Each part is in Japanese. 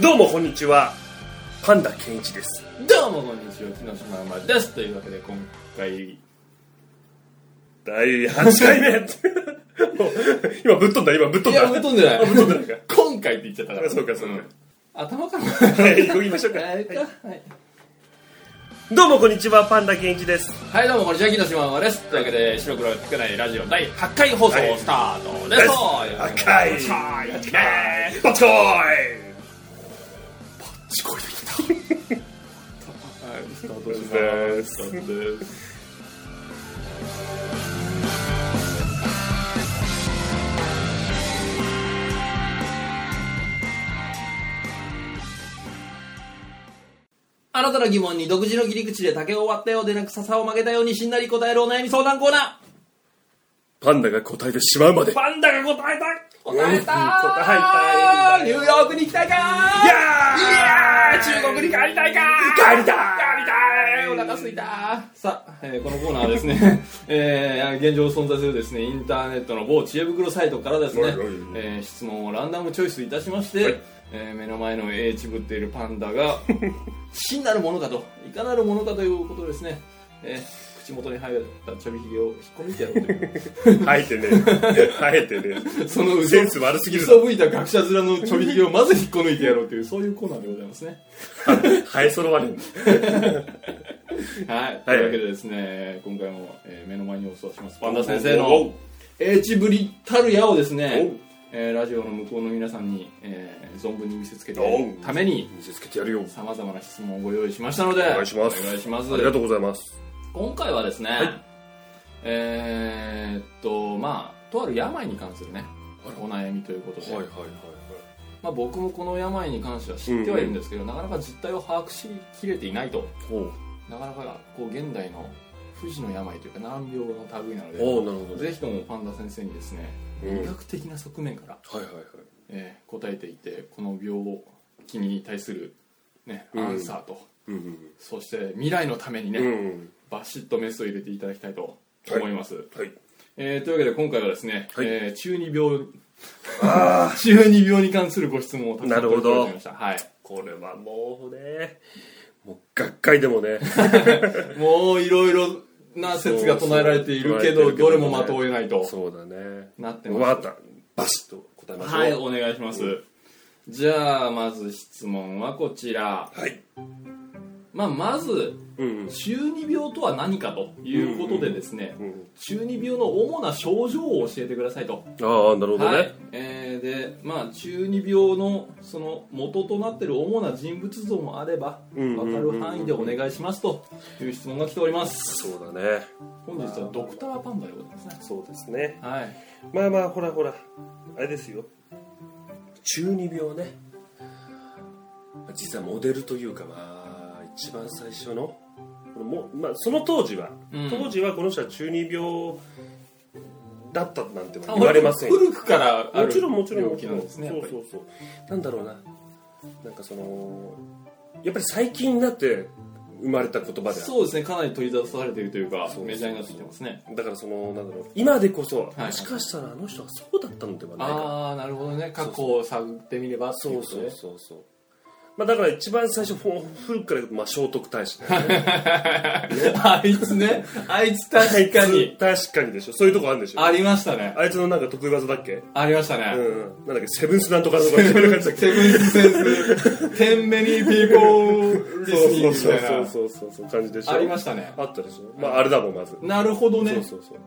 どうもこんにちはパンダケンイチですどうもこんにちは木下まんまですというわけで今回第8回目もう 今ぶっ飛んだ今ぶっ飛んいだやぶっ飛んでないあぶっ飛んでないか今回って言っちゃったからあそうかそうかん頭 かなはいこぎましょうかはいはいどうもこんにちはパンダケンイチですはいどうもこんにちは木下まんまですというわけで白黒つけないラジオ第8回放送はいスタートです赤いはい8ね回えバッチコ聞こえてきたはいスタートしーイますスタートですあなたの疑問に独自の切り口で竹を割ったようでなく笹を曲げたようにしんなり答えるお悩み相談コーナパンダが答えてしまうまでーパンダが答えたい答えたうんー答えたいニューヨークに行きたいかーいやいやーー中国に帰りたいか帰りたい帰りたいお腹すいたさあ、えーこのコーナーはですね、 えー現状存在するですねインターネットの某知恵袋サイトからですね、はいはいはいえー質問をランダムチョイスいたしまして、はいえー目の前の英知ぶっているパン ダが真なるものかといかなるものかということをですね、えー口元に生えたちょびひげを引っこ抜いてやろうと いう生えてねえ生えてねえその嘘センス悪すぎる嘘吹いた学者面のちょびひげをまず引っこ抜いてやろうというそういうコーナーでございますね生え揃われんはい、というわけでですね、今回も、えー目の前にお座します、パンダ先生おうの英知ぶりたる矢をですおねう、えーラジオの向こうの皆さんに、えー存分に見せつけておうために、見せつけてやるよさまざまな質問をご用意しましたので、お願いしますお願いしますありがとうございます今回はですね、いえーっと、まあ、とある病に関するね、お悩みということで、はいはいまあ、僕もこの病に関しては知ってはいるんですけど、なかなか実態を把握しきれていないと。おうなかなかこう現代の不治の病というか難病の類なのおうなでるほどねぜひともパンダ先生にですね、うん医学的な側面から、はいはいはいえー答えていってこの病気に対する、ね、うんアンサーと、うんそして未来のためにね、うんうんバシッとメスを入れていただきたいと思います、はいえーというわけで今回はですね、はいえー中二病 中二病に関するご質問をたくさんなるほど届いておりました、はい、これはもうねもう学会でもねもういろいろな説が唱えられているけそうどそうどれもまとえないとそうだねなってますわかったバシッと答えましょうはいお願いします、じゃあまず質問はこちら、はいまあ、まずうん中二病とは何かということでですね、うん中二病の主な症状を教えてくださいと、ああなるほどはいねえーでまあ、中二病のその元となっている主な人物像もあればうんうんうん分かる範囲でお願いしますという質問が来ておりますそうだね本日はドクターパンダでございますねそうですねはいまあまあほらほらあれですよ中二病ね実はモデルというかまあ一番最初のこれも、まあ、その当時は、うん当時はこの人は中二病だったなんては言われませんよ古くからあもるちろんもちろん病気なんですねそうそうそうなんだろうななんかそのやっぱり最近になって生まれた言葉であるそうですねかなり取り出されているというかそうそうメジャーになってきてますねだからそのなんだろう今でこそ、いはいもしかしたらあの人はそうだったのではないかああなるほどね過去を探ってみればっていそううことそうねそうそうまあだから一番最初ほ古くから言うとまあ聖徳太子だよね あいつねあいつ確かに確かにでしょそういうとこあるんでしょありましたねあいつのなんか得意技だっけありましたね、うんうんなんだっけセブンスなんとかとかみたいな感じだっけセブンスセンス、テンメニーピーポーディスニーそうみたそういなそうそうそうそう感じでしょありましたねあったでしょまああれだもんまずなるほどねそうそうそう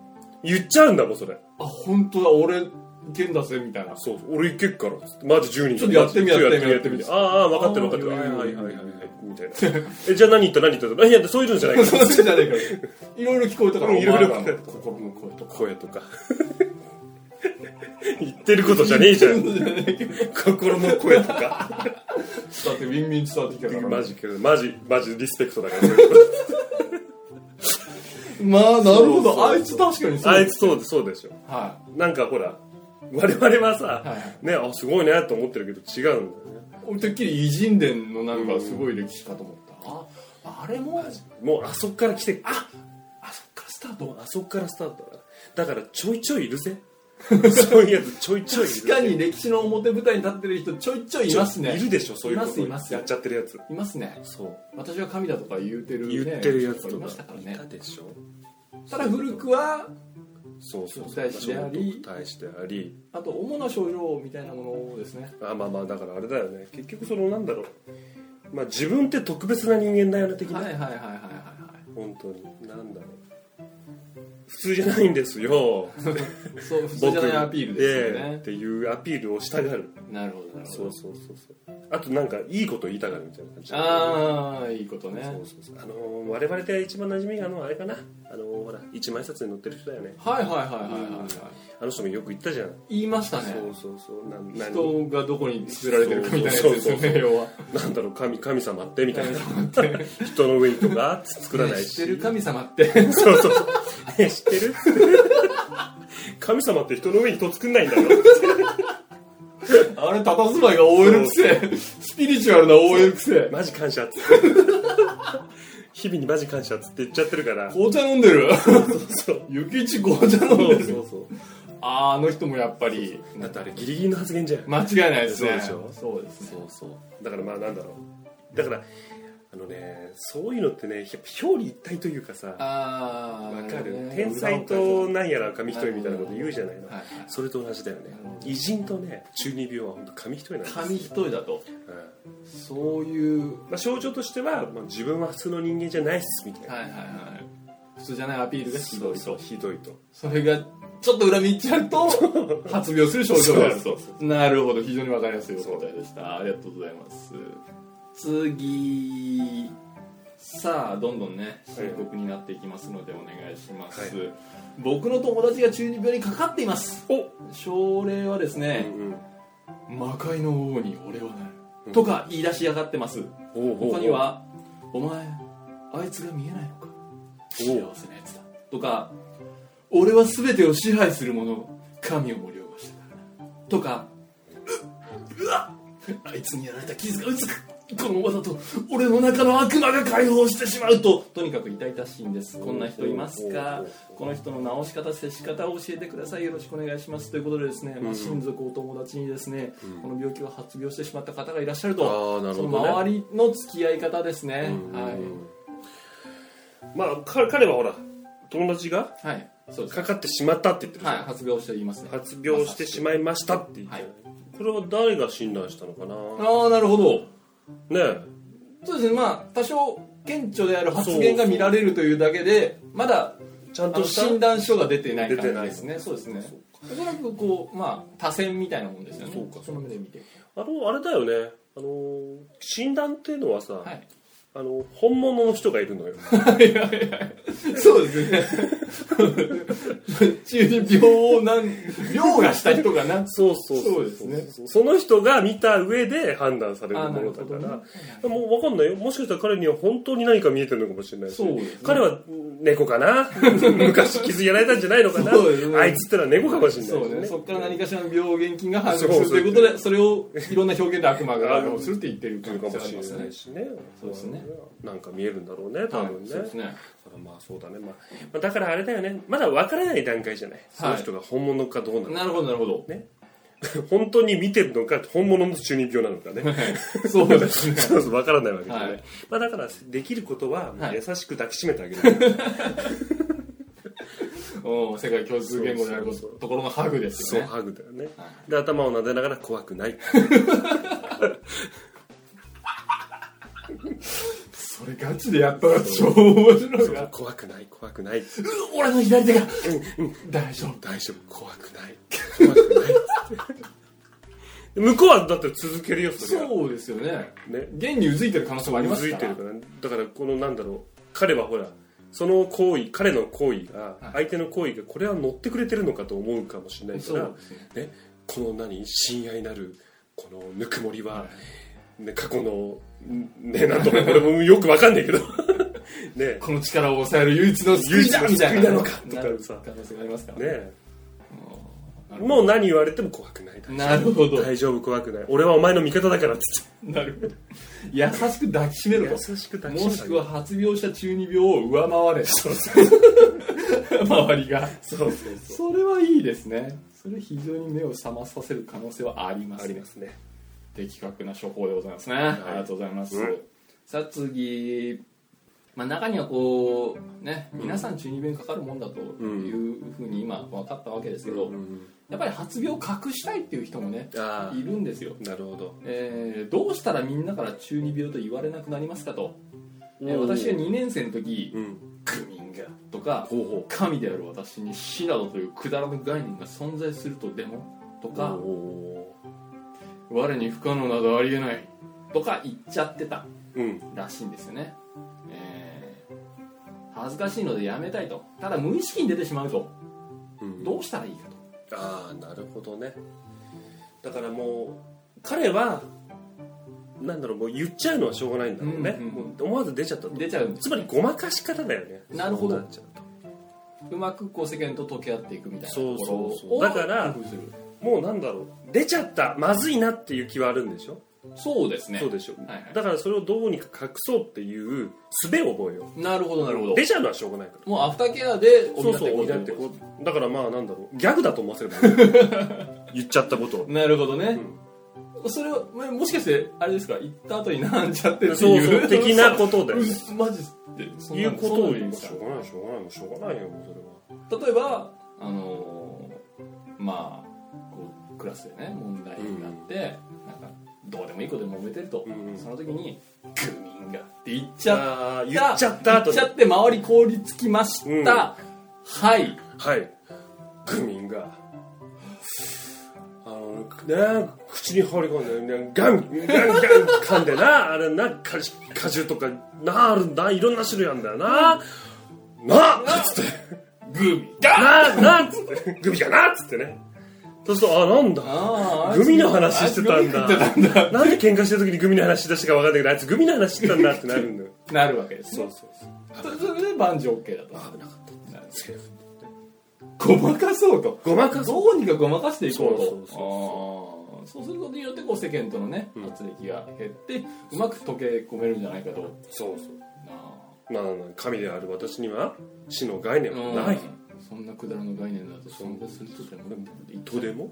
言っちゃうんだもんそれあ本当だ俺いけんだぜみたいなそうそう俺いけっからつってマジ10人ちょっとやってみちょっとやってみやってみああああ分かってる分かってるあはいはあいいやはいはいいやいやはいみたいなえじゃあ何言った何言ったいやいやそういうのじゃないからそうじゃないからいろいろ聞こえたからうんいろいろお前らの心の声とか声とか 言ってることじゃねえじゃん心の声とか伝わってウィンウィン伝わってきたから マジけどマジマジリスペクトだからそういうこまあなるほそうそうそうどあいつ確かにとそうあいつそうでそうでしょはなんかほら我々はさ、はいねあすごいねと思ってるけど違うんだよねい俺てっきり偉人伝のなんかすごい歴史かと思った、ああれももうあそこから来てああそっからスタート あそこからスタートだだからちょいちょいいるぜそういうやつちょいちょいいる確かに歴史の表舞台に立ってる人ちょいちょいいますねいるでしょそういうこといますいますやっちゃってるやついますねそう私は神だとか言うてる、ね、言ってるやつ人といかましたからねたでしょただ古くはそうそう聖徳太子であり聖徳太子でありあと主な症状みたいなものですねあまあまあだからあれだよね結局そのなんだろうまあ自分って特別な人間だよね的な、はいはいはいはい本当になんだろう普通じゃないんですよはいそう 普通じゃないアピールですよええっねていうアピールをしたがるなるほどなるほそどうそうそうそうあとなんかいいこと言いたがるみたいな感じああいいことねそうそうそうあのー我々で一番馴染みがあのあれかなあのーほら一枚札に載ってる人だよねはいはいはいはいはい、はいあの人もよく言ったじゃん、言いましたねそうそうそうなん何人がどこに作られてるかみたいなやつですよそうそうそね要はなんだろう神神様ってみたいな神様って 人の上にとか作らない知っし、てる神様 ってそうそうそうえ知ってる神様って人の上に人作んないんだよあれ佇まいが OL くせえスピリチュアルな OL くせえマジ感謝っつって日々にマジ感謝っつって言っちゃってるから紅茶飲んでるそうゆきち紅茶飲そんでうるそうそうあーあの人もやっぱりだってあれギリギリの発言じゃん間違いないですねそうでしょそうですねそうそうだからまあなんだろうだからあのねそういうのってねやっぱ表裏一体というかさああわかる天才となんやら紙一重みたいなこと言うじゃないの、はいはいそれと同じだよねなるほど偉人とね中二病は本当紙一重なんです紙一重だとうんそういうまあ、症状としては、まあ、自分は普通の人間じゃないっすみたいな、はいはいはい普通じゃないアピールですひどいそうとひどいとそれがちょっと裏見っちゃう と発病する症状であるそうとそうなるほど非常にわかりやすいお答えでしたありがとうございます次さあどんどんね深刻になっていきますのでお願いします、は僕の友達が中二病にかかっていますお症例はですね、うん魔界の王に俺はなる、うんとか言い出しやがってますうん、おうおうおう他には「お前あいつが見えないのか幸おせうなやつだ」とか「俺は全てを支配する者神をも凌駕したからな」とか「うっうわっあいつにやられた傷がうつく」この技と俺の中の悪魔が解放してしまうととにかく痛々しいんですこんな人いますかこの人の直し方接し方を教えてくださいよろしくお願いしますということでですね、まあ、親族お友達にですね、この病気を発病してしまった方がいらっしゃるとあーなるほどねその周りの付き合い方ですね、はまあか彼はほら友達がい、はい、そうですかかってしまったって言ってるじゃはんい発病して言いますね発病してしまいましたって言って、はいこれは誰が診断したのかなああなるほどねそうですねまあ多少顕著である発言が見られるというだけでまだえちゃんあとのした診断書が出てない出感てじないですねそうですねおそらくこうまあ多選みたいなもんですよねそうかそうかの目で見てあのあれだよねあの診断っていうのはさ、はいあの本物の人がいるのよそうですね 中二病をなん 病がした人がなそうそうそうですねその人が見た上で判断されるあもなるのほだどかねらもう分かんないよもしかしたら彼には本当に何か見えてるのかもしれないしそうですね彼は猫か な昔傷やられたんじゃないのかな、そうですねあいつってのは猫かもしれないしそねうねそこから何かしらの病原菌が繁殖するということでそれをいろんな表現で悪魔が悪をするって言っているる感かもじがあしりますれなねいしねそうですねなんか見えるんだろうね多分ね,、はいそうですねまあそうだね、まあ、まあだからあれだよねまだ分からない段階じゃない、その人が本物かどうなのかなるほどなるほど、ね本当に見てるのか本物の中二病なのかね そうです ねそうそう分からないわけでね、はいまあ、だからできることはもうはい優しく抱きしめてあげる、うん世界共通言語であることそうそうところのハグですそうよねハグだよね、はで頭を撫でながら怖くないそれガチでやったら超面白いな怖くない怖くない俺の左手が大丈夫大丈夫怖くない怖くない向こうはだって続けるよそれはそうですよねね現にうずいてる可能性もあります続かいらてるからねだからこのなんだろう彼はほらその行為彼の行為が、相手の行為がこれは乗ってくれてるのかと思うかもしれないかそらうですねね、この何親愛なるこのぬくもりは、ね、過去のんねなんとかこれもよくわかんないけど ねこの力を抑える唯一の救いだ唯み一のた救いいななのかとかるさ可能性がありますからねなるほもう何言われても怖くないどなるほど大丈夫怖くない俺はお前の味方だからっつってなるほど優しく抱きしめると優しく抱きしもめてしあげくるは発病した中二病を上回れ 周りがそうそうそうそれはいいですねそれ非常に目を覚まさせる可能性はありますあねりますね的確な処方でございますね、ありがとうございます、うんさあ次、まあ、中にはこうね皆さん中二病にかかるもんだというふうに今分かったわけですけど、うんやっぱり発病を隠したいっていう人もねあいるんですよあなるほどえーどうしたらみんなから中二病と言われなくなりますかと、えーおー私が2年生の時うん「愚民が」とかほうほ「神である私に死などというくだらぬ概念が存在するとでも」とうかおお「我に不可能などありえない」とか言っちゃってたうんらしいんですよね、えー恥ずかしいのでやめたいとただ無意識に出てしまうとうんどうしたらいいかとああなるほどねだからもう彼はなんだろうもう言っちゃうのはしょうがないんだろうね、うんうんもう思わず出ちゃったと出ちゃうんですつまりごまかし方だよねなるほそどうっちゃうとうまくこう世間と溶け合っていくみたいなところをそうそうそうだから工夫するもうなんだろう出ちゃったまずいなっていう気はあるんでしょ、そうですねそうでしょ、はいはいだからそれをどうにか隠そうっていう術を覚えよなるほどなるほどう出ちゃうのはしょうがないからもうアフターケアで補そうってそういこ補うっとていここうだからまあなんだろうギャグだと思わせればいいよ 言っちゃったことをとなるほどね、それはももしかしてあれですか行った後になんちゃってっていうそうそう的なことでうっマジってそんいなうことをそうい言ううんでしすょうがないしょうがないもうしょうがないよもうそれはか例えばあのーまあこうクラスでね問題になって、なんかどうでもいいことで揉めてると、うんその時に「グミンが」って言っじちゃっゃあー言っちゃった後言っにちゃって周り凍りつきました、うんはいはい愚民があのね口に放り込んで、ね、ガンガンガン噛んでなあれな果果汁とかなあるんだいろんな種類あるんだよな、なっつってグミがななっつってグミがなっつってねそうするとあなんだあーグミの話してたんだあいつグミ食ってたんだなんで喧嘩してる時にグミの話し出したか分かんないけどあいつグミの話してたんだってなるん だよなるわけですねそうそうそうそそれで万事 OK だと危なかったなるほどセーフごまかそうとごまかそうどうにかごまかしていこうとそうそうそうあーそうすることによってこう世間とのねうん圧力が減って、うまく溶け込めるんじゃないかとそうそうなあまあ、神である私には死の概念はない、そんなくだらぬ概念だと存在するとでもとでも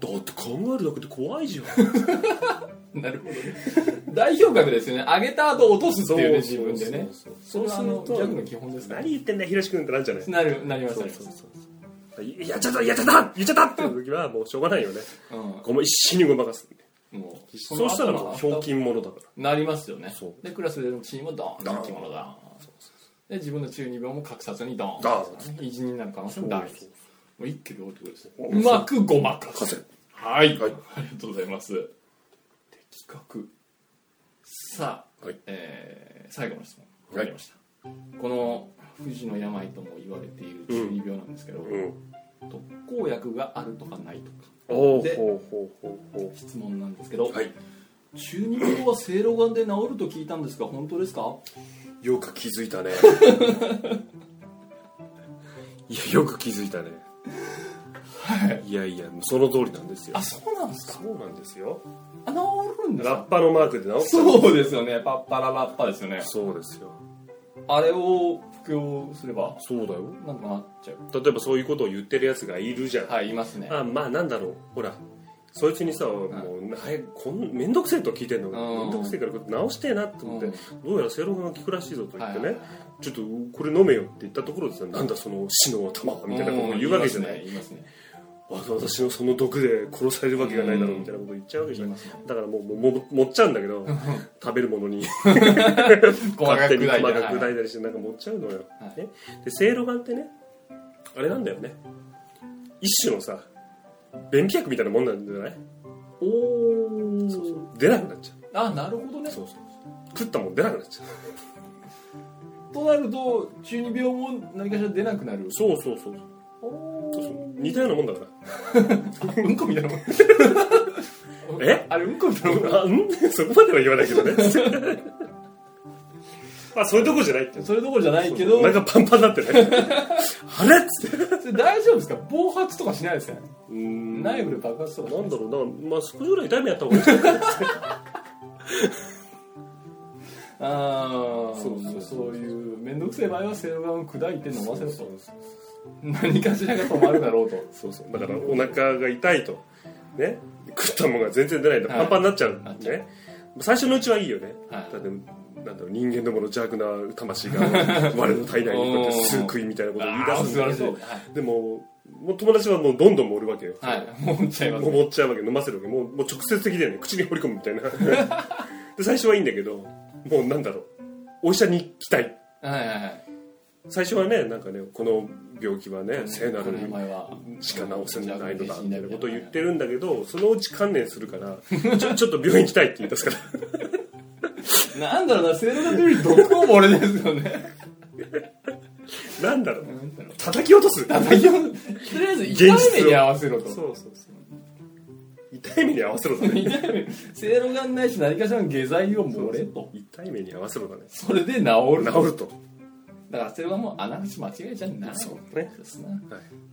だって考えるだけで怖いじゃんなるほどね代表格ですよね上げた後落とすっていうね自分でねそうそうすするるとギとャグの基本ですか ら何言ってんだよひろし君ってなんじゃないなるなりますそなうりそうまそうすそういやっちゃったやっちゃった言っちゃったっていう時はもうしょうがないよねうんごま一死にごまかすもうそうしたらそもの後のうひょうきん者だかなりますよねそうでクラスでのチームはドーンドーン人気者だで自分の中二病も隠さずにドーンドー偉人になる可能性もら大そうもう一挙両得ですおうまくごまかそうす任はい、はいありがとうございます的確さあ、はいえー最後の質問はいわかりました、この不治の病とも言われている中二病なんですけど、せうん特効薬があるとかないとかおおでほうほうほうほ質問なんですけど、うはい中二病は正露丸で治ると聞いたんですが本当ですかよく気づい たねいやよく気づいたねはいいやいやその通りなんですよあそうなんですかそうなんですよあ治るんですラッかパのマークで直すそうですよねパッパララッパですよねそうですよあれを布教すればそうだよなんとかなっちゃう例えばそういうことを言ってるやつがいるじゃん、はいいますねあまあなんだろうほらそいつにさ、もう早くこん面倒くせえと聞いてんのがうん面倒くせえからこれ直してえなと思って、うんどうやら正論が効くらしいぞと言ってね、はいちょっとこれ飲めよって言ったところでさなんだその死の頭はみたいなことを言うわけじゃない、うん言いますねわざわざ私のその毒で殺されるわけがないだろうみたいなこと言っちゃうわけじゃない、うんだからもうもうもう持っちゃうんだけど食べるものに言いますね勝手に細か細かくく砕いては砕いいたりしてなんか持っちゃうのよ、はいね、でせいろがんってねあれなんだよね一種のさ便秘薬みたいなもんなんじゃないおおそうそう出なくなっちゃあなるほどねうそうそう食ったもん出なくなっちゃうとなると中二病も何かしら出なくなるそうそうそうおーそうそう似たようなもんだかうんこみたいなもん えあれうんこみたいなもんらあうんそこまでは言わないけどね まあそういうとこじゃないってそれどころじゃないけどお腹パンパンになって ねあれっつってそれ大丈夫ですか暴発とかしないですかねうん内部で爆発とかしなないんですだかろうなまあ少しぐらい痛みやった方がいいんじゃないああそうそうそうそういう面倒くせえ場合はセロガンを砕いて飲ませろそうと何かしらが止まるだろうとそうそうだからお腹が痛いとね食ったものが全然出ないとはいパンパンになっちゃう、なっちゃうね最初のうちはいいよね、はいだってなんだろう人間どもの邪悪な魂が 我の体内にこうやって吸う食いみたいなことを言い出すんだけあーど素晴らしでももう友達はもうどんどん盛るわけよはいもうちゃいますもう持っちゃうわけ飲ませるわけもうもう直接的だよね口に放り込むみた いなで最初はいいんだけどもうなんだろうお医者に行きたいはいはいはい最初はねなんかねこの病気はね聖なる名前はしか治せないのだみたいなことを言ってるんだけどそのうち観念するからちょ ちょっと病院行きたいって言い出すから なんだろうなセロガンというより毒を盛れですよねなんだろうなんだろう叩き落とすあとりあえず痛い目に合わせろとそうそうそう痛い目に合わせろだね痛い目セロガンないし何かしらの下剤を盛れと痛い目に合わせろだねそれで治る治るとだからセロガンもあながち間違えちゃいないそうねですな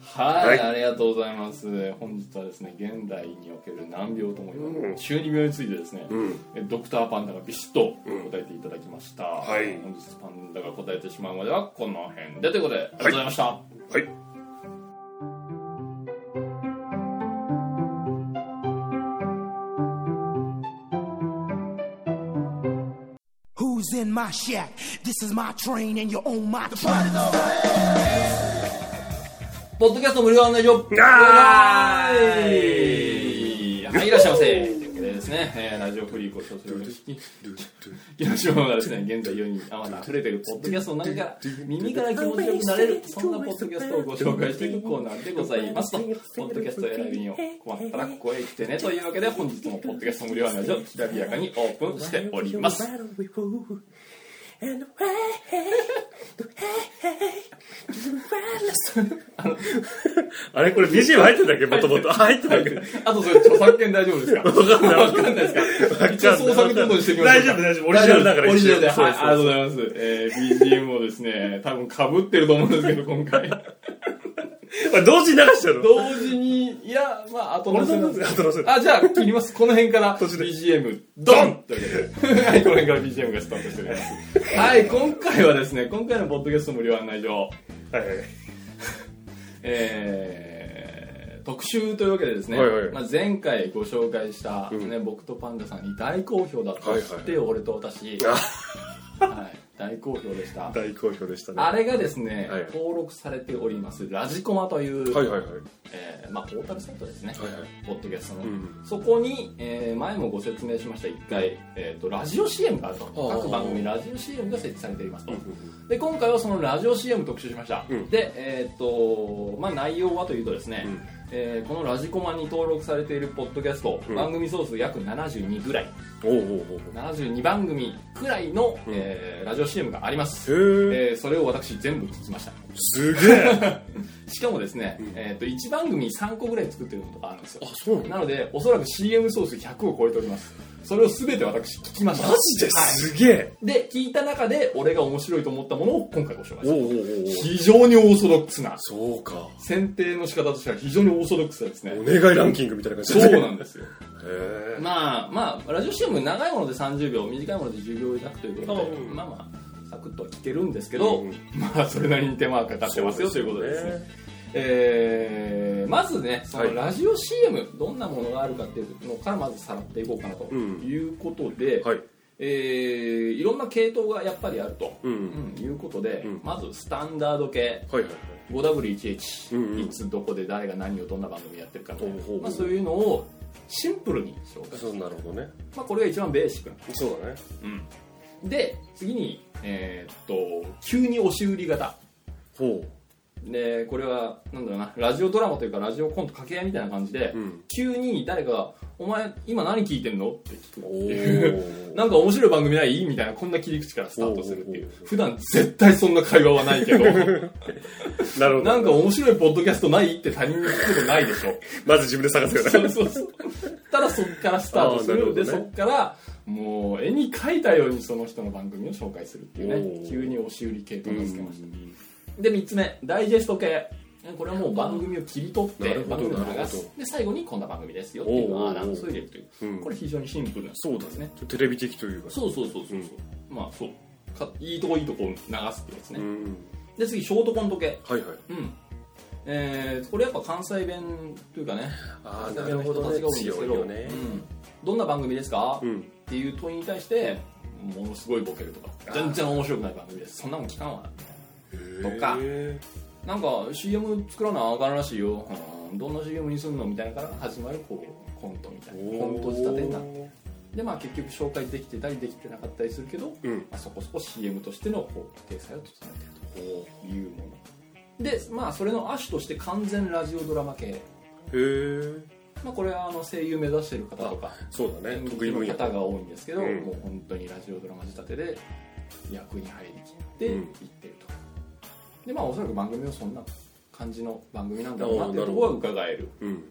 はいはい、はいありがとうございます本日はですね現代における難病とも言われうるん中二病についてですね、うんえドクターパンダがビシッと答えていただきました、はい本日パンダが答えてしまうまではこの辺でということでありがとうございました、はい Who's in my shack? This is my train and you're on my track. ポッドキャスト無料案内所あーはいはいいらっしゃいませというわけでですね、えーラジオフリークを少々お聞き広島がですね現在世にあまり溢れてるポッドキャストの中から耳から気持ちよくなれるそんなポッドキャストをご紹介していくコーナーでございますとポッドキャスト選びに困ったらここへ来てねというわけで本日もポッドキャスト無料案内所きらびやかにオープンしておりますあれこれ BGM 入ってたっけもともと入ってたっけあとそれ著作権大丈夫ですか分かんないわかんないですか一応創作どんどんしてみましょう大丈夫大丈夫オリジナルだからオリジナルで、一応はい、そうそうそうありがとうございます。えー、BGM をですね、多分被ってると思うんですけど、今回。これ同時に流してるの同時に、いや、まあ、後俺のとせなん同時ですに後乗せあ、じゃあ、切ります。この辺から、途中で BGM、ドンということで、はい、この辺から BGM がスタートしております。はい、今回はですね、今回のポッドキャスト無料案内所、はいはいはいえー特集というわけでですね、はいはいまあ、前回ご紹介した、ね僕とパンダさんに大好評だったはいはい知ってよ、俺と私、はい、大好評でした大好評でしたねあれがですね、はい登録されておりますラジコマという、はいはいはいえーまあ、ポータルサイトですね、はいはいポッドキャストの、うんそこに、えー前もご説明しました1回、えー、とラジオ CM があるとああ各番組ラジオ CM が設置されていますと、で今回はそのラジオ CM 特集しました、うんで、えーとまあ、内容はというとですね、うんえーこのラジコマに登録されているポッドキャスト、うん番組総数約72ぐらいおうおうおう72番組くらいの、うんえーラジオ CM があります、おうへええーそれを私全部聞きましたすげ えしかもですね、んえー、と1番組3個ぐらい作ってるのとかあるんですよそうなのなのでおそらく CM 総数100を超えておりますそれを全て私聞きましたマジですげえはい、で聞いた中で俺が面白いと思ったものを今回ご紹介しおうまおすうおうおう非常にオーソドックスなそうか選定の仕方としては非常にオーソドックスなですねお願いランキングみたいな感じそねうなんです よへえまあまあラジオ CM 長いもので30秒短いもので10秒弱ということで、うんまあまあサクッとは聞けるんですけど、うんまあそれなりに手間がかかってますよということですねえーまずねそはのいラジオ CM、どんなものがあるかっていうのからまずさらっていこうかなとうんいうことで、はいえーいろんな系統がやっぱりあると、うんうんいうことで、うんまずスタンダード系はいはいはい 5W1H、うんうんいつどこで誰が何をどんな番組やってるかとほうほうほうまあ、そういうのをシンプルに紹介すそる、うなるほどねまあ、これが一番ベーシックな、そうだねで次に、えーっと急に押し売り型ほでこれはなんだろうなラジオドラマというかラジオコント掛け合いみたいな感じで、ううん急に誰かが「お前今何聞いてんの?」って聞くおお なんか面白い番組ないみたいなこんな切り口からスタートするっていおううおうおう普段絶対そんな会話はないけ どなるほなどんか面白いポッドキャストないって他人に聞くことないで しょまず自分で探すよそねうそうそうただそっからスタートすあーなるるほどでねそっからもう絵に描いたようにその人の番組を紹介するっていうおねう急に押し売り系う統がつけましたんで3つ目ダイジェスト系これはもう番組を切り取っなてるほど番組をな流るほすで最後にこんな番組ですよっていうのおうおうおをうアナウンスを入れるという、うんこれ非常にシンプルなそうだですねねテレビ的というかそうそうそうそうそう、まあそうかいいとこいいとこ流すってやつね、うんで次ショートコント系はいはいうんえーこれやっぱ関西弁というかねああ関西なるほ弁の人どたちねが多いんです強けいどよねうんどんな番組ですか、うんっていう問いに対してものすごいボケるとか全然面白くない番組ですそんなもん聞かんわとかへなんか CM 作らなあかんらしいよ、うんどんな CM にすんのみたいなから始まるこうコントみたいーなコント仕立てになってでまあ結局紹介できてたりできてなかったりするけど、うんまあ、そこそこ CM としてのこう体裁を整えてるというものでまあそれの亜種として完全ラジオドラマ系、へえまあ、これはあの声優目指してる方とかそうだね得意の分野方が多いんですけど、うんもう本当にラジオドラマ仕立てで役に入りきってうんいってると、でまあおそらく番組はそんな感じの番組なんだろうなっていあうーところは伺えるうん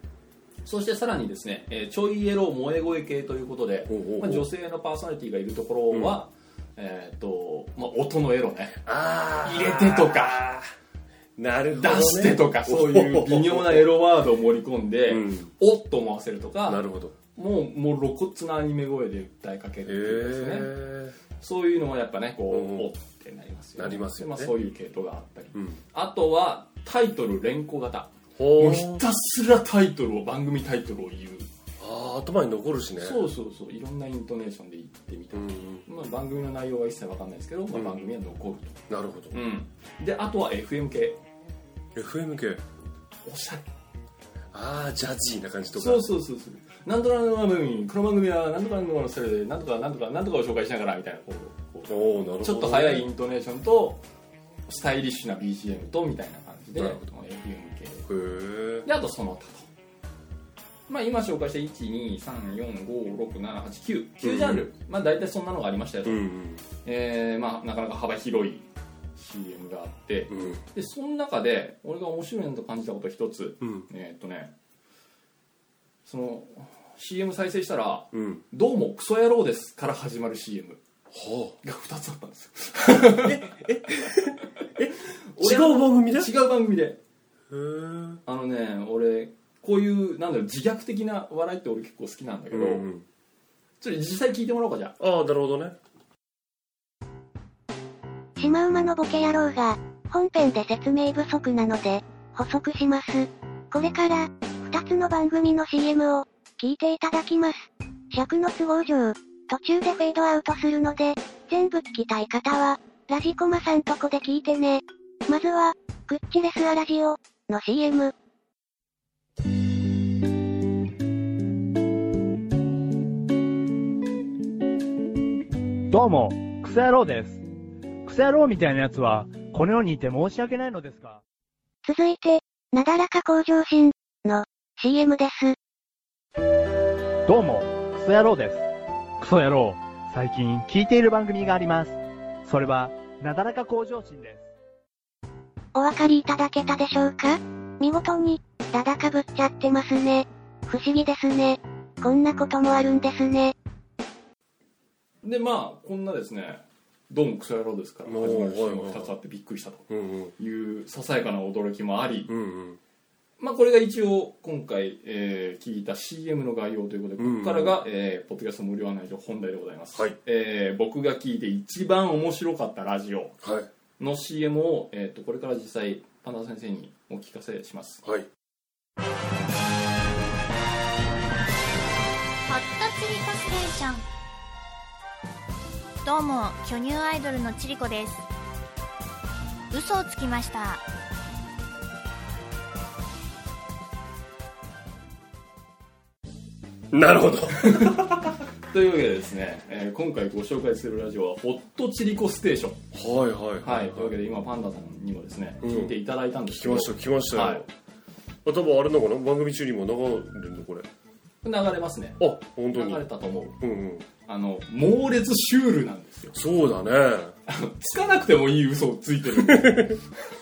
そしてさらにですね、えーちょいイエロー萌え声系ということでおうおうおうまあ、女性のパーソナリティがいるところは、えっ、と、まあ、音のエロねああ入れてとかなるほ出どねしてとかそういう微妙なエロワードを盛り込んで、うんおっと思わせるとなかるほどもうもう露骨なアニメ声で訴えかけるっていうですね、へえそういうのもやっぱねこう、うんうんおってなりますよ、なりますよねでまあ、そういう系統があったり、うんあとはタイトル連呼型もほうひたすらタイトルを番組タイトルを言うああ頭に残るしねそうそうそういろんなイントネーションで言ってみたう、んまあ、番組の内容は一切わかんないですけど、まあ、番組は残るなるほどと、であとは FM 系 FM 系おしゃれああジャジーな感じとかそうそうそうそうなんとかの番組この番組はなんとかのスタイルでなんとかなんとかなんとかを紹介しながらみたいなこうこうおおなるほどちょっと早いイントネーションとスタイリッシュな BGM とみたいな感じでな FM るほど系へえであとその他とまあ今紹介した123456789ジャンル、まあ大体そんなのがありましたよと、うんえーまあなかなか幅広い CM があって、うんうんでその中で俺が面白いなと感じたこと一つうんえーっとねその CM 再生したらうん「どうもクソ野郎です」から始まる CM はが2つあったんですよ あ違う番組だ違う番組でへーあのね俺こういうなんだろう自虐的な笑いって俺結構好きなんだけど、うんちょっと実際聞いてもらおうかじゃあああなるほどねシマウマのボケ野郎が、本編で説明不足なので、補足します。これから、二つの番組の CM を、聞いていただきます。尺の都合上、途中でフェードアウトするので、全部聞きたい方は、ラジコマさんとこで聞いてね。まずは、クッチレスアラジオ、の CM。どうも、クソ野郎です。クソ野郎みたいなやつは、この世にいて申し訳ないのですが。続いて、なだらか向上心、の CM です。どうも、クソ野郎です。クソ野郎、最近聞いている番組があります。それは、なだらか向上心です。お分かりいただけたでしょうか見事に、だだかぶっちゃってますね。不思議ですね。こんなこともあるんですね。でまあこんなですね「どうもクソ野郎です」から始まる CM が2つあってびっくりしたとうんうんいうささやかな驚きもあり、うんうんまあ、これが一応今回、えー聞いた CM の概要ということでうんここからが、えーポッドキャスト無料案内所本題でございます、はいえー僕が聞いて一番面白かったラジオはいの CM を、えー、とこれから実際パンダ先生にお聞かせしますはいホットチリコステーションどうも巨乳アイドルのチリコです嘘をつきましたなるほどというわけでですね、えー今回ご紹介するラジオは「ホットチリコステーションはいはい」はい、というわけで今パンダさんにもですね、うん聞いていただいたんです聞けきどました聞きましたよ、はいあ多分あれなのかな番組中にも流れるのこれあ流れますね本当流にれたと思ううんうんあの猛烈シュールなんですよそうだねつかなくてもいい嘘をついてる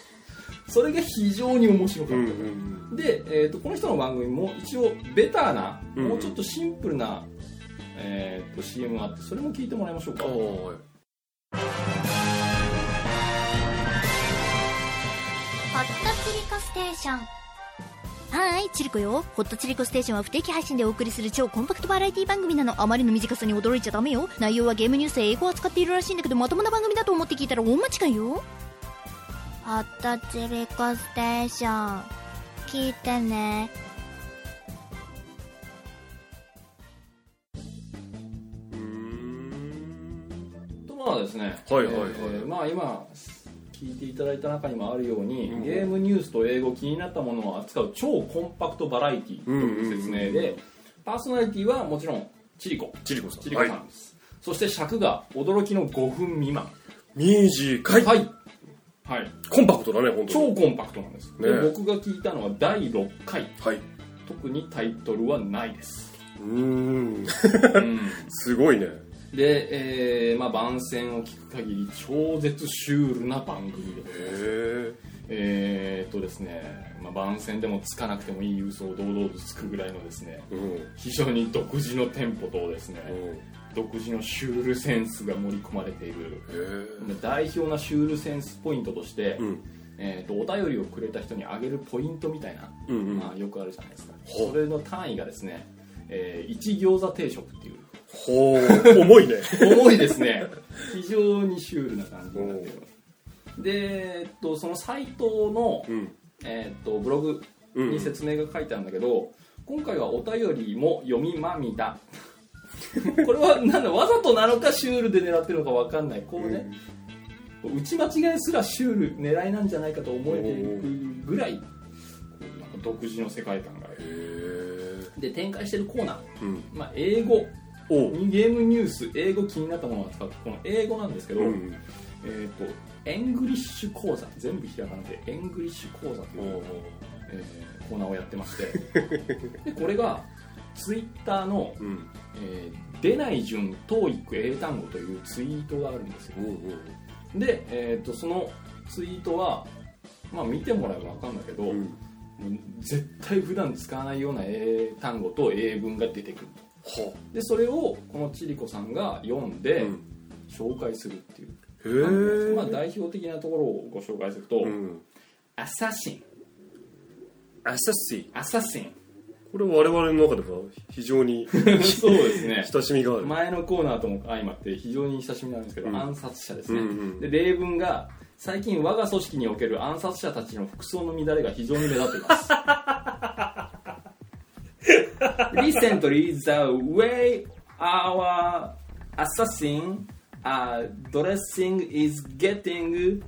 それが非常に面白かうっんた、うんで、えー、とこの人の番組も一応ベターな、うんもうちょっとシンプルな、えー、と CM があってそれも聞いてもらいましょうあかあはいホットチリコステーションはいチリコよホットチリコステーションは不定期配信でお送りする超コンパクトバラエティ番組なのあまりの短さに驚いちゃダメよ内容はゲームニュースや英語を扱っているらしいんだけどまともな番組だと思って聞いたら大間違いよホットチリコステーション聞いてねうーんとまあですね、はいはいはいえーまあ今聞いていただいた中にもあるように、うんゲームニュースと英語気になったものを扱う超コンパクトバラエティーという説明で、うんうんうパーソナリティはもちろんチリコチリコさんチリコさんです、そして尺が驚きの5分未満短い、はい、はい、コンパクトだね本当に超コンパクトなんです、でね僕が聞いたのは第6回はいう特にタイトルはないです、ーんうんすごいね で、えーまあ、番宣を聞く限り超絶シュールな番組でございますへえー、っとですね、まあ、番宣でもつかなくてもいい嘘を堂々とつくぐらいのですねえうん非常に独自のテンポとですね、うんへ独自のシュールセンスが盛り込まれているえ代表なシュールセンスポイントとして、うんえー、とお便りをくれた人にあげるポイントみたいな、うんうんまあ、よくあるじゃないですかほうそれの単位がですね、えー、1餃子定食っていうほう重 いね重いです ね非常にシュールな感じになっているで、えっと、そのサイトの、うんえー、とブログうんに説明が書いてあるんだけど、今回はお便りも読みまみだこれはなんだわざとなのかシュールで狙ってるのかわかんないこうね、打ち間違いすらシュール狙いなんじゃないかと思えていくぐらいこうなんか独自の世界観があへるえで展開してるコーナー、うんまあ、英語おうにゲームニュース英語気になったものを扱うこの英語なんですけど、うんえっ、とエングリッシュ講座全部ひらがなでエングリッシュ講座とおいううえーコーナーをやってまして でこれがツイッターの、うんえー出ない順 TOEIC 英単語というツイートがあるんですようんうんで、えー、とそのツイートはまあ見てもらえば分かるんだけど、うもんう絶対普段使わないような英単語と英文が出てくるはでそれをこの千里子さんが読んでうん紹介するっていう、へえまあ、代表的なところをご紹介すると、うんアサシンアサシーアサシンこれ我々の中では非常に そうですね親しみがある前のコーナーとも相まって非常に親しみなんですけど、うん暗殺者ですね、うんうんで例文が最近我が組織における暗殺者たちの服装の乱れが非常に目立っています Recently the way our assassin are dressing is getting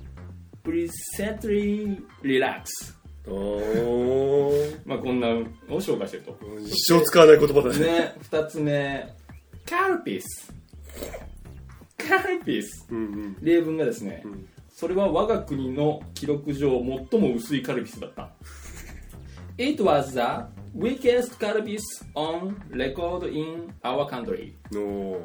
presently relaxed あーまあこんなのを紹介してると一生使わない言葉だねね、二つ目、カルピス。カルピス。うんうん例文がですね、それは我が国の記録上最も薄いカルピスだった。It was the weakest カルピス on record in our country. のはい。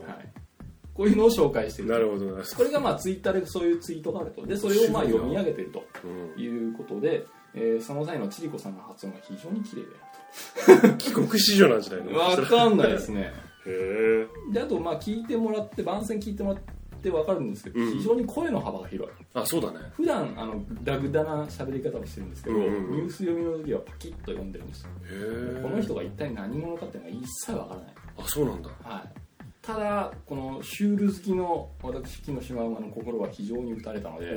こういうのを紹介している。なるほどなこれがまあツイッターでそういうツイートがあると。で、それをまあ読み上げてるとうんいうことで、えーその際の千里子さんの発音が非常に綺麗帰国子女なんじゃないで。のわかんないですね。へえであとまあ聞いてもらって番宣聞いてもらって分かるんですけど、うん非常に声の幅が広いあそうだね普段あのラグダな喋り方をしてるんですけど、うんうんうんニュース読みの時はパキッと読んでるんですよ、へえこの人が一体何者かっていうのが一切分からない、あそうなんだはい、ただこのシュール好きの私木のシマウマの心は非常に打たれたのおで、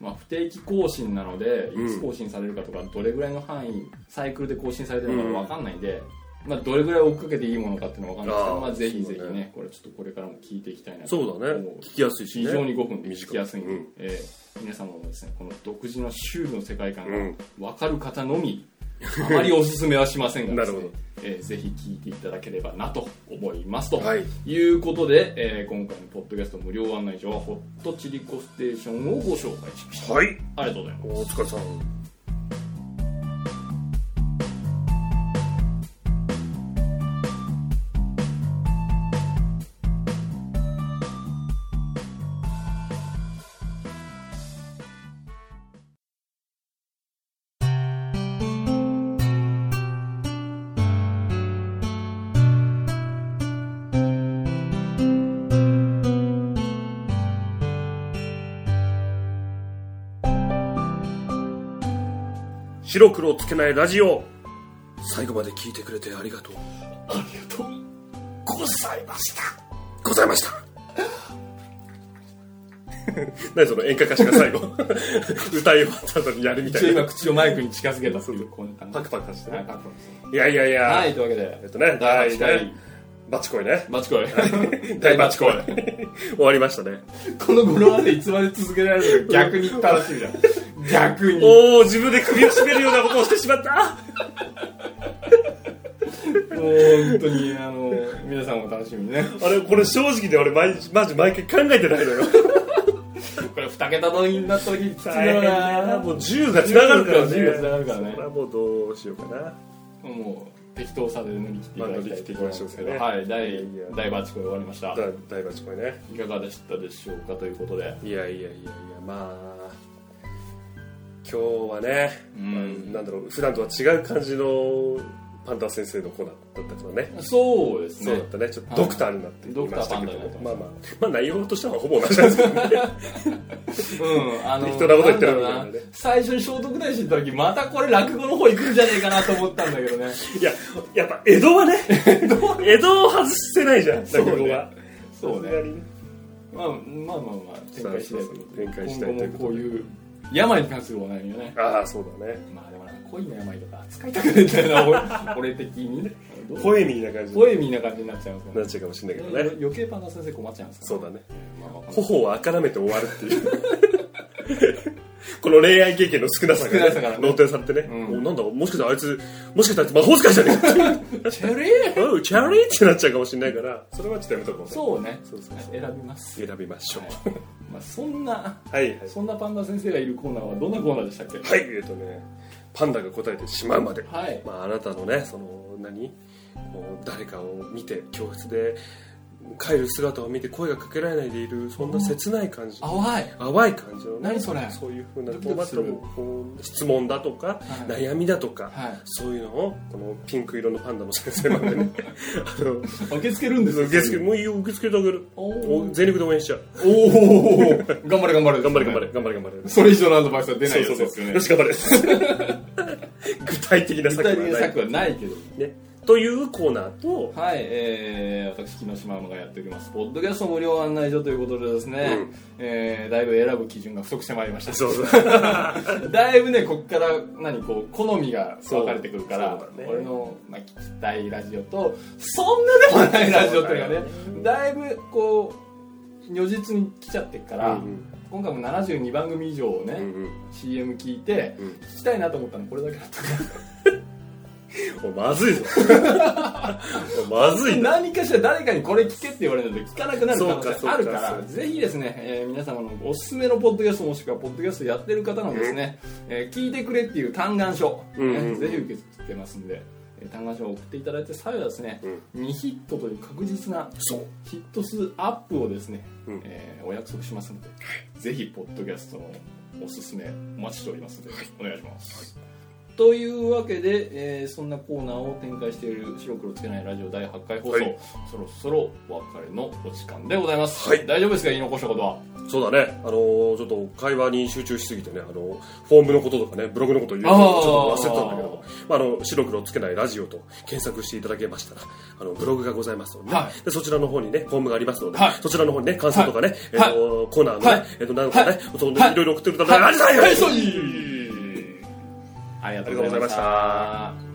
おまあ、不定期更新なのでういんつ更新されるかとか、どれぐらいの範囲サイクルで更新されてるのか分かんないんで、まあ、どれぐらい追っかけていいものかっていうのは分かんないですけどあーまあ、ぜひぜひそうねだねこれちょっとこれからも聞いていきたいなとそうだね思う聞きやすいし非ね常に5分で聞短いきやすいんで、うんえー皆様もですねこの独自のシュールの世界観うがん分かる方のみ、あまりおすすめはしませんがです、ね なるほどえーぜひ聞いていただければなと思いますと、はいい、うことで、えー今回のポッドキャスト無料案内所はホットチリコステーションをご紹介しました、はいありがとうございますお疲れさん白黒つけないラジオ最後まで聞いてくれてありがとうありがとうございましたございました 何その演歌歌手が最後 歌い終わった後にやるみた一応い今な口をマイクに近づけたっていうこうなんかパクパクしてねはいパクパクしてねいやいやいや、はいというわけでえっとね第8第8回回バチコイねバチコイ 大バチコイ 終わりましたね この語呂までいつまで続けられるのか逆に楽しみだ逆にもおお自分で首を絞めるようなことをしてしまったう本当にあの皆さんも楽しみにねあれこれ正直で俺毎日マジ毎回考えてないのよこれ二桁のになった時にきついだ大変だなろうもなう10がつながるからね10が繋がるからねそれはもうどうしようかなもう適当さで乗り切っていただきたいと思いますけど、まあはいいや大いや大バチコイ終わりましだた大バチコイねいかがでしたでしょうかということでいやいやいやいやまあ今日はね、うんまあ、なんだろう普段とは違う感じのパンダ先生のコーナーだったからねそうですそうねだったねちょっとドクターになってはい言いましたけどドクターパンダにまなあっまてあまあ内容としてはほぼ同じなんですけどねうんあの適当なこと言ってるみたいなねんだろう最初に聖徳太子の時またこれ落語の方行くんじゃねえかなと思ったんだけどねいややっぱ江戸はね江戸を外せないじゃん落語はそうさすがねにねまあまあまあまあ展開しそうたいということでそう展開したいという今こ後もことうでいう病に関するお悩みをねああそうだねまあでもなんか恋の病とか扱いたくないんだよ な俺俺的にポエミーな感じポエにミーな感じになっちゃいますかならっちゃうかもしれないけどねね余計パンダ先生困っちゃいますそうだだねまあまあ頬をあからめて終わるっていう この恋愛経験の少なさが,、少なさからね納店されてね、うんおなんだもしかしてあいつもしかしてあいつ魔法使いじゃねえかって チェリーおうチャリーってなっちゃうかもしれないからそれはちょっとやめとこうねそうねそうそう選びます選びましょまあそんなうはいはいそんなパンダ先生がいるコーナーはどんなコーナーでしたっけはい、えっ、とね、パンダが答えてしまうまで、はいまあ、あなたのね、その、何こう誰かを見て、教室で帰る姿を見て声がかけられないでいる、そんな切ない感じ。淡い淡い感じのね、何それそういうふうなドキこドうまキあするこう質問だとか、い悩みだとか、はいそういうのをこのピンク色のパンダの先生ま でねあの受け付けるんですよ受付もういいよ受付だけるおー全力で応援しちゃうおお頑張れ頑張れ頑張れ頑張れ頑張れ頑張れそれ以上のアドバイスは出なそいうやそうつそでうすよねよし頑張れ具体的な具策は体的なない策はないけどね、というコーナーと、はい、えー、私、木下ママがやっております、ポッドキャスト無料案内所ということでですね、うんえーだいぶ選ぶ基準が不足してまいりました。そうそう。 だいぶね、こっから、何、こう、好みが分かれてくるからそう、だね俺の、まあ、聞きたいラジオと、そんなでもないラジオっていうのがね、だいぶ、こう、如実に来ちゃってるから、うん今回も72番組以上をね、うんうん CM 聞いて、うん聞きたいなと思ったのこれだけだったからおまずいぞ。 おまずいな。何かしら誰かにこれ聞けって言われるので聞かなくなる可能そうかそう性かあるからそうかぜひですね、えー皆様のおすすめのポッドキャストもしくはポッドキャストやってる方のですね、えー聞いてくれっていう嘆願書、うんうんうんぜひ受け付けてますんで、えー、嘆願書を送っていただいて際はですね、未ヒットという確実なそう。ヒット数アップをですね、うんえーお約束しますので、ぜひポッドキャストのおすすめお待ちしておりますので、お願いします、というわけで、えーそんなコーナーを展開している「白黒つけないラジオ」第8回放送、はいそろそろお別れのお時間でございます、はい大丈夫ですか言い残したことはそうだね。あのーちょっと会話に集中しすぎてね、あのーフォームのこととかね、ブログのこと言うのあーをちょっと忘れてたんだけども、まあ、あの、白黒つけないラジオと検索していただけましたら、あの、ブログがございますので,、はいで、そちらの方にね、フォームがありますので、はいそちらの方にね、感想とかね、えっ、はいと、コーナーのね、はいえっ、と、なんかね、はいい、そのいろいろ送ってくれたら、ありがとうございますはいそういありがとうございました